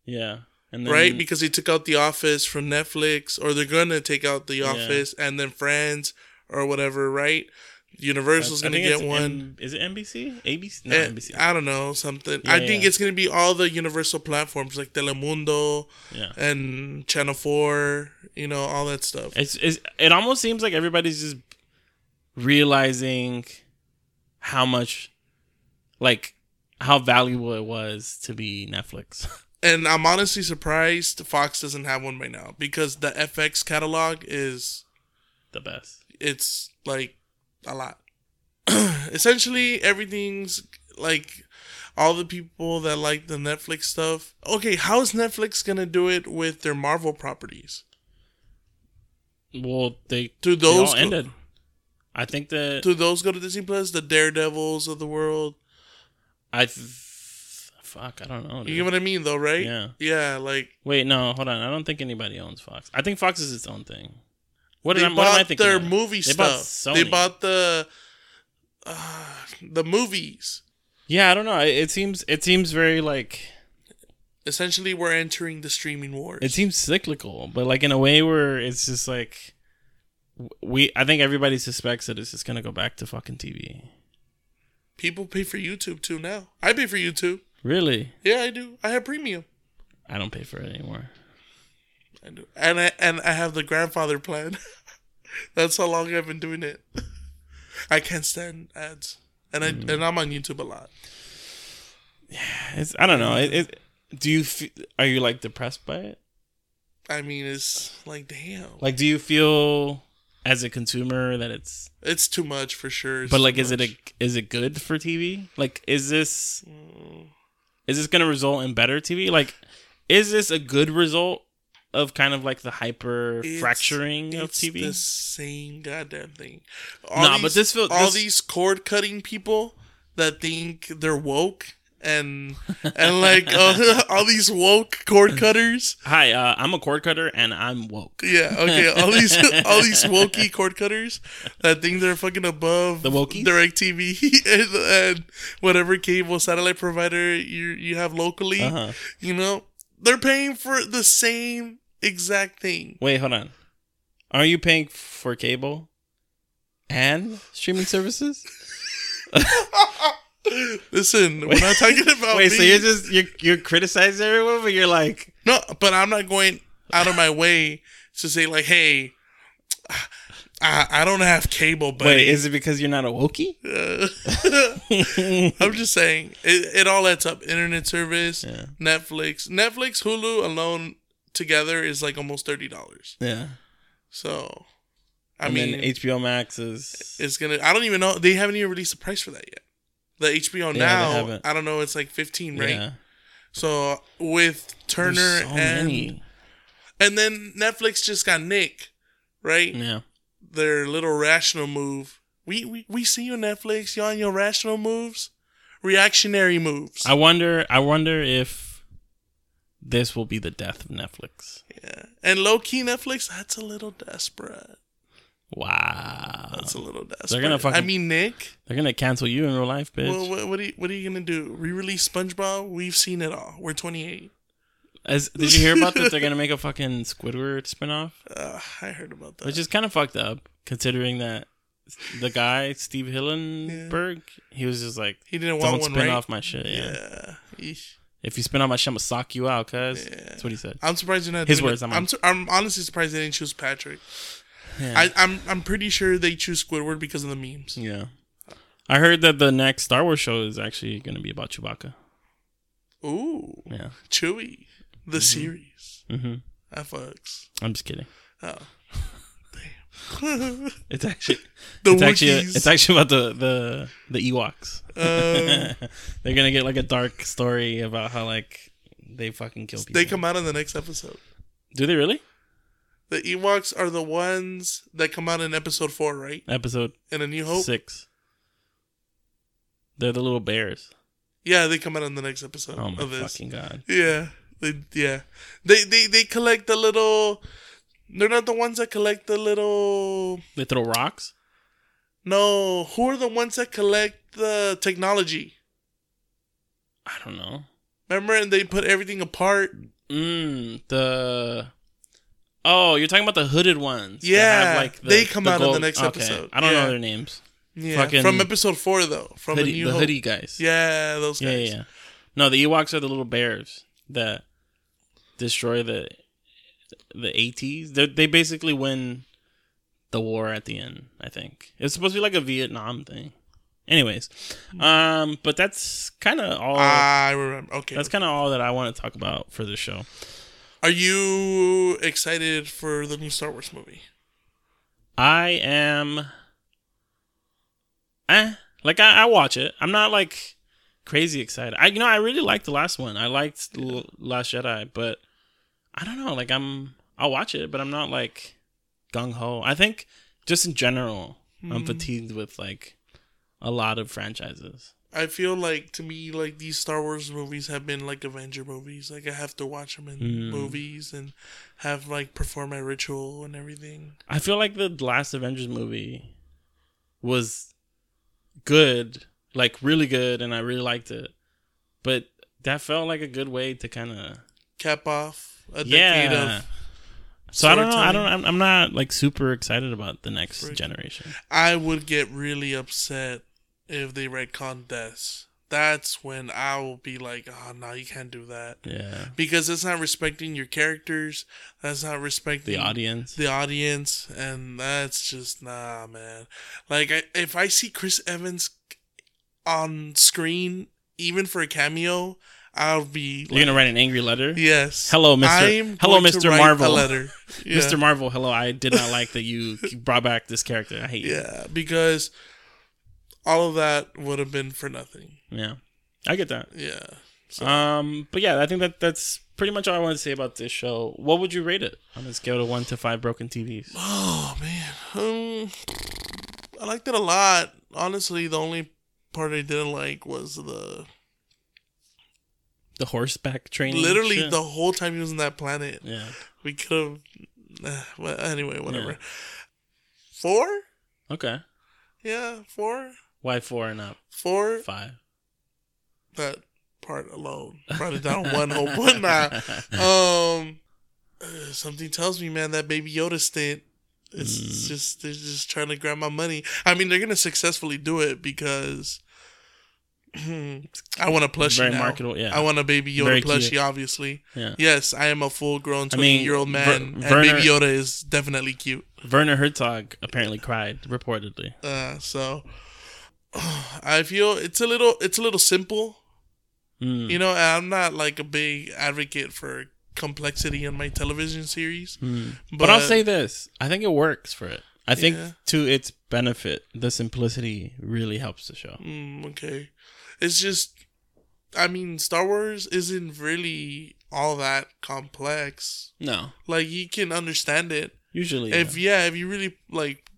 S2: Yeah. And then,
S3: right? Because they took out The Office from Netflix, or they're gonna take out The Office and then Friends or whatever, right? Universal's
S2: I
S3: gonna
S2: think
S3: get
S2: it's
S3: one.
S2: M- is it NBC? ABC? No,
S3: Eh,
S2: NBC.
S3: I don't know something.
S2: Yeah,
S3: I think
S2: yeah.
S3: it's gonna be all the Universal platforms like Telemundo
S2: yeah.
S3: and Channel Four, you know, all that stuff.
S2: It's, it's it almost seems like everybody's just realizing how much like how valuable it was to be Netflix.
S3: And I'm honestly surprised Fox doesn't have one by now because the FX catalog is
S2: the best.
S3: it's like a lot. Essentially, everything's like all the people that like the Netflix stuff. Okay, how is Netflix gonna do it with their Marvel properties?
S2: Well, they
S3: Do
S2: they
S3: those
S2: all
S3: go-
S2: ended. I think that
S3: Do those go to Disney Plus? The Daredevils of the world.
S2: I th- Fuck, I don't know.
S3: You
S2: dude.
S3: get what I mean, though, right?
S2: Yeah.
S3: Yeah, like
S2: Wait, no, hold on. I don't think anybody owns Fox. I think Fox is its own thing. What,
S3: they
S2: did I, what am I
S3: bought
S2: thinking?
S3: their
S2: of?
S3: movie
S2: They bought
S3: stuff. they
S2: Sony.
S3: bought the uh, the movies.
S2: Yeah, I don't know. It, it seems it seems very like
S3: Essentially, we're entering the streaming wars.
S2: it seems cyclical, but like in a way where it's just like w- we. I think everybody suspects that it's just gonna go back to fucking TV.
S3: People pay for YouTube too now. I pay for YouTube.
S2: Really,
S3: Yeah, I do. I have premium.
S2: I don't pay for it anymore.
S3: I do. And I and I have the grandfather plan. That's how long I've been doing it. I can't stand ads. And I
S2: Mm.
S3: and I'm on YouTube a lot.
S2: It's I don't know. It, it do you f- are you like depressed by it?
S3: I mean, it's like damn.
S2: Like, do you feel as a consumer that it's
S3: It's too much for sure. It's
S2: but
S3: too
S2: like is it a,
S3: much.
S2: is it good for TV? Like is this is this going to result in better TV? Like is this a good result of kind of like the hyper
S3: It's-
S2: fracturing of
S3: it's
S2: TV?
S3: The same goddamn thing.
S2: Nah, but this feel-
S3: all
S2: this-
S3: these cord cutting people that think they're woke and and like uh, all these woke cord cutters.
S2: Hi, uh, I'm a cord cutter and I'm woke.
S3: Yeah, okay. All these all these wokey cord cutters that think they're fucking above
S2: The wokies?
S3: direct TV and, and whatever cable satellite provider you you have locally.
S2: Uh-huh.
S3: You know, they're paying for the same exact thing.
S2: Wait, hold on. Are you paying for cable and streaming services?
S3: Listen, we're not talking about
S2: Wait,
S3: me.
S2: so you're just you're you're criticizing everyone, but you're like
S3: no, but I'm not going out of my way to say like, hey, I, I don't have cable,
S2: Wait,
S3: buddy. Uh,
S2: is it because you're not a wokey?
S3: I'm just saying it, it all adds up. Internet service, Netflix, Netflix, Hulu alone together is like almost thirty dollars.
S2: Yeah.
S3: So, I
S2: I mean,
S3: mean,
S2: HBO Max is
S3: it's gonna. I don't even know. They haven't even released a price for that yet. The HBO
S2: they
S3: now,
S2: haven't.
S3: I don't know. It's like fifteen, right?
S2: yeah.
S3: So with Turner
S2: There's so
S3: and
S2: many.
S3: and then Netflix just got Nick, right?
S2: Yeah.
S3: Their little rational move. We we, we see you Netflix, you on your rational moves, reactionary moves.
S2: I wonder. I wonder if this will be the death of Netflix.
S3: yeah. And low key Netflix, that's a little desperate.
S2: Wow.
S3: That's a little desperate.
S2: Uh, gonna
S3: I
S2: fucking-
S3: mean Nick,
S2: They're gonna cancel you in real life, bitch.
S3: well, what what are you, what are you gonna do? Re-release SpongeBob? We've seen it all. We're 28.
S2: As, did you hear about that? They're gonna make a fucking Squidward spinoff,
S3: Uh, I heard about that.
S2: which is kind of fucked up, considering that the guy Steve Hillenberg, he was just like,
S3: he didn't
S2: "Don't
S3: want one,
S2: spin
S3: right?
S2: off my shit." Yeah.
S3: yeah. Eesh.
S2: If you spin off my shit, I'ma sock you out, cuz.
S3: Yeah.
S2: That's what he said.
S3: I'm surprised you're not.
S2: His
S3: doing
S2: words,
S3: It.
S2: I'm
S3: I'm,
S2: on.
S3: su- I'm honestly surprised they didn't choose Patrick.
S2: Yeah.
S3: I, I'm I'm pretty sure they choose Squidward because of the memes.
S2: Yeah. I heard that the next Star Wars show is actually going to be about Chewbacca.
S3: Ooh,
S2: Yeah. Mm-hmm.
S3: Chewy, the series.
S2: hmm
S3: I fucks.
S2: I'm just kidding.
S3: Oh, damn.
S2: It's actually
S3: the
S2: it's actually
S3: Wookiees.
S2: it's actually about the the the Ewoks.
S3: Um,
S2: They're gonna get like a dark story about how like they fucking kill people.
S3: they come out in the next episode.
S2: Do they really?
S3: The Ewoks are the ones that come out in episode four, right?
S2: Episode
S3: In A New Hope.
S2: six. They're the little bears.
S3: Yeah, they come out in the next episode
S2: Oh my
S3: of this.
S2: fucking god!
S3: Yeah, they yeah they they they collect the little. They're not the ones that collect the little.
S2: They throw rocks.
S3: No, who are the ones that collect the technology?
S2: I don't know.
S3: Remember, and they put everything apart.
S2: Mm, the oh, you're talking about the hooded ones. that
S3: Yeah,
S2: like
S3: they come out in the
S2: gold-
S3: next episode.
S2: I don't
S3: Yeah.
S2: know their names.
S3: Yeah,
S2: Fucking-
S3: from episode four though, from
S2: Hoodie-
S3: a new
S2: the
S3: hope.
S2: hoodie guys.
S3: Yeah, those
S2: yeah,
S3: guys.
S2: yeah, yeah. No, the Ewoks are the little bears that destroy the the ATs. They they basically win the war at the end. I think it's supposed to be like a Vietnam thing. Anyways, um, but that's kind of all.
S3: I remember. Okay,
S2: that's kind of all that I want to talk about for this show.
S3: are you excited for the new Star Wars movie?
S2: I am. Eh, like I, I watch it. I'm not like crazy excited. I you know I really liked the last one. I liked L- Last Jedi, but I don't know. Like I'm, I'll watch it, but I'm not
S3: Hmm.
S2: Hmm. like gung ho. I think just in general, I'm fatigued with like a lot of franchises.
S3: I feel like to me, like these Star Wars movies have been like Avenger movies. Like I have to watch them in
S2: Hmm.
S3: movies and have like perform my ritual and everything.
S2: I feel like the last Avengers movie was good, like really good, and I really liked it. But that felt like a good way to kind of
S3: Cap off a decade
S2: yeah.
S3: of.
S2: So I don't know. I
S3: storytelling.
S2: don't. I'm, I'm not like super excited about the next
S3: Storytelling.
S2: generation.
S3: I would get really upset if they retcon deaths. That's when I will be like, oh no, you can't do that
S2: Yeah,
S3: because that's not respecting your characters. That's not respecting
S2: the audience.
S3: the audience, and that's just nah, man. Like, I, if I see Chris Evans on screen, even for a cameo, I'll be
S2: You're
S3: like,
S2: gonna write an angry letter.
S3: yes.
S2: Hello, Mr.
S3: I'm
S2: Hello,
S3: going to
S2: Mr.
S3: write
S2: Marvel.
S3: A letter. Yeah.
S2: Mr. Marvel, hello. I did not like that you brought back this character. I hate you.
S3: Yeah, because all of that would have been for nothing.
S2: Yeah, I get that.
S3: Yeah. So,
S2: Um, but yeah, I think that that's pretty much all I want to say about this show. What would you rate it on a scale of one to five broken TVs?
S3: oh man, um, I liked it a lot. Honestly, the only part I didn't like was the
S2: The horseback training.
S3: literally
S2: shit?
S3: the whole time he was on that planet.
S2: yeah.
S3: We could have. Well, anyway, whatever. Four?
S2: Okay.
S3: Yeah, four.
S2: Why four and not
S3: Four.
S2: five?
S3: That part alone brought it down one whole point. Nah. Um, uh, something tells me, man, that Baby Yoda stint. It's
S2: Mm.
S3: it's just they're just trying to grab my money. I mean, they're gonna successfully do it because I want a plushie
S2: Very
S3: now.
S2: marketable, yeah.
S3: I want a Baby Yoda
S2: Very cute.
S3: plushie, obviously.
S2: Yeah.
S3: Yes, I am a full grown
S2: I
S3: twenty
S2: mean,
S3: year old
S2: Ver-
S3: man, and
S2: Werner-
S3: Baby Yoda is definitely cute.
S2: Werner Herzog apparently cried reportedly.
S3: Uh, so I feel it's a little it's a little simple.
S2: Mm.
S3: You know, and I'm not like a big advocate for complexity in my television series.
S2: Hmm. But, I'll say this: I think it works for it. I think
S3: Yeah.
S2: to its benefit, the simplicity really helps the show.
S3: Mm, okay. It's just I mean, Star Wars isn't really all that complex.
S2: No,
S3: Like you can understand it.
S2: usually
S3: If yeah, if you really like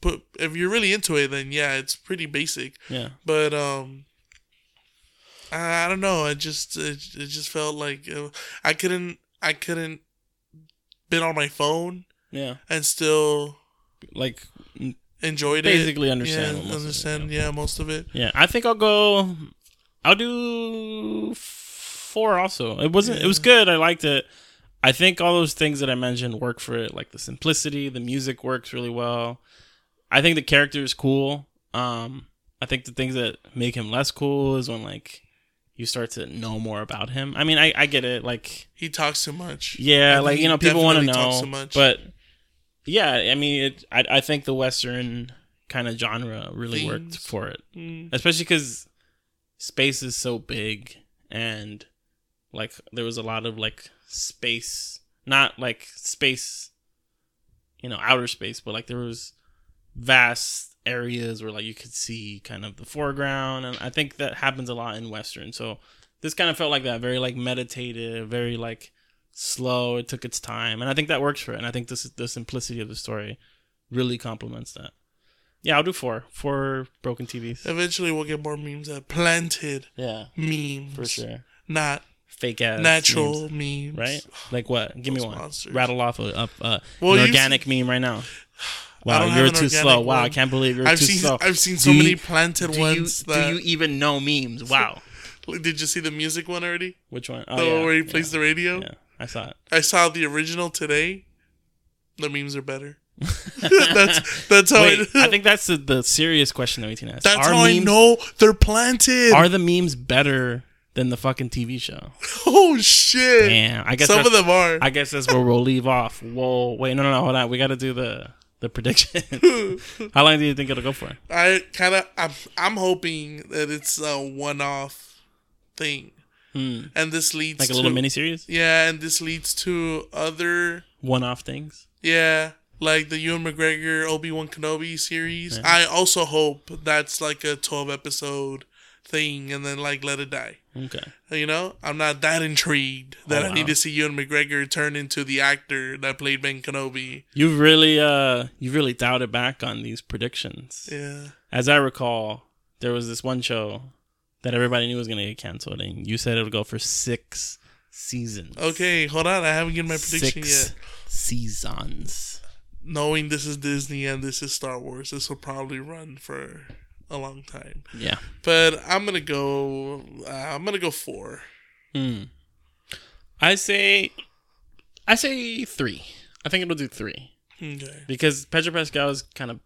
S3: put if you're really into it then yeah, it's pretty basic.
S2: yeah.
S3: but um I, I don't know I just it, it just felt like uh, I couldn't I couldn't been on my phone
S2: yeah,
S3: and still
S2: Like mm,
S3: enjoyed it
S2: basically
S3: yeah
S2: understand. what most of it-
S3: understand yeah. most of it
S2: Yeah, I think I'll go. I'll do four. Also, it wasn't. It was good. I liked it. I think all those things that I mentioned work for it. Like the simplicity, the music works really well. I think the character is cool. Um, I think the things that make him less cool is when like you start to know more about him. I mean, I I get it. Like
S3: he talks too much I
S2: yeah,
S3: think
S2: like
S3: he
S2: you know, people want to
S3: definitely talks
S2: know,
S3: too much.
S2: but yeah, I mean, it, I I think the Western kind of genre really worked
S3: Themes.
S2: for it,
S3: Mm,
S2: especially because space is so big and like there was a lot of like space, not like space, you know, outer space, but like there was vast areas where like you could see kind of the foreground, and I think that happens a lot in Western. So this kind of felt like that, very like meditative, very like slow. It took its time, and I think that works for it. And I think this the simplicity of the story really complements that. Yeah, I'll do four, four broken TVs.
S3: eventually we'll get more memes that planted
S2: Yeah,
S3: memes
S2: for sure.
S3: not
S2: Fake ass
S3: natural
S2: memes,
S3: memes,
S2: right? Like what? Give me
S3: Those
S2: one.
S3: monsters.
S2: Rattle off a, up a
S3: Well,
S2: an
S3: you've
S2: organic meme right now. Wow,
S3: don't have
S2: you're
S3: an
S2: too
S3: organic
S2: slow. Wow, I
S3: one.
S2: can't believe you're
S3: I've
S2: too
S3: seen
S2: slow.
S3: I've seen so
S2: Do
S3: many
S2: you-
S3: planted
S2: do you,
S3: ones that
S2: do you even know memes? Wow.
S3: did you see the music one already
S2: Which one?
S3: the
S2: Oh,
S3: one
S2: yeah,
S3: where he
S2: yeah,
S3: plays the radio
S2: Yeah, I saw it.
S3: I saw the original today. The memes are better. that's that's how
S2: Wait,
S3: I,
S2: I think that's the, the serious question that we can ask.
S3: that's
S2: are
S3: how
S2: memes,
S3: I know they're planted.
S2: Are the memes better than the fucking TV show?
S3: oh shit!
S2: Damn, I guess
S3: Some of
S2: that's-
S3: them are.
S2: I guess that's where we'll leave off. Whoa, wait, no, no, no, hold on. We got to do the the prediction. How long do you think it'll go for?
S3: I kind of I'm, I'm hoping that it's a one-off thing, and this leads
S2: Hmm. Like a
S3: to,
S2: little mini series,
S3: Yeah, and this leads to other
S2: one off things.
S3: yeah. Like the Ewan McGregor Obi Wan Kenobi series, I also hope that's like a twelve episode thing, and then like let it die.
S2: Okay.
S3: You know, I'm not that intrigued that
S2: Oh,
S3: I need
S2: wow.
S3: to see Ewan McGregor turn into the actor that played Ben Kenobi.
S2: You've really uh you've really dialed it back on these predictions.
S3: Yeah.
S2: As I recall, there was this one show that everybody knew was gonna get canceled, and you said it would go for six seasons.
S3: Okay, hold on. I haven't given my prediction
S2: six
S3: yet.
S2: seasons.
S3: Knowing this is Disney and this is Star Wars, this will probably run for a long time.
S2: Yeah.
S3: But I'm gonna go. Uh, I'm gonna go four.
S2: Hmm. I say, I say three. I think it'll do three
S3: Okay.
S2: because Pedro Pascal is kind of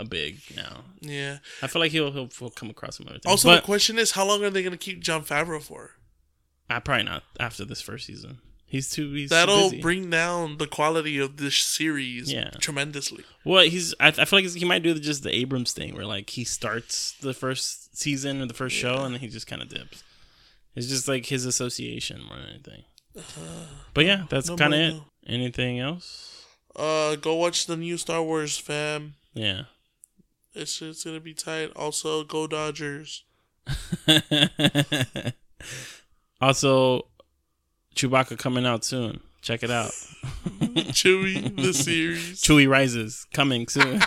S2: a big now.
S3: Yeah.
S2: I feel like he'll he'll, he'll come across him. Over time.
S3: Also,
S2: But
S3: the question is, how long are they gonna keep John Favreau for?
S2: I probably not after this first season. He's too. He's too
S3: That'll
S2: busy.
S3: bring down the quality of this series
S2: Yeah.
S3: tremendously.
S2: Well, he's. I, I feel like he might do the, just the Abrams thing, where like he starts the first season or the first show, and then he just kind of dips. It's just like his association more than anything. But yeah, that's
S3: no
S2: kind of it.
S3: bueno.
S2: Anything else?
S3: Uh, go watch the new Star Wars, fam.
S2: Yeah.
S3: It's it's gonna be tight. Also, go Dodgers.
S2: also, Chewbacca coming out soon. Check it out.
S3: Chewy the series.
S2: Chewie Rises coming soon.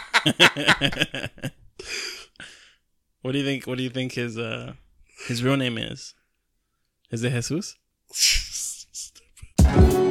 S2: what do you think? What do you think his uh his real name is? Is it Jesus?
S3: Stupid.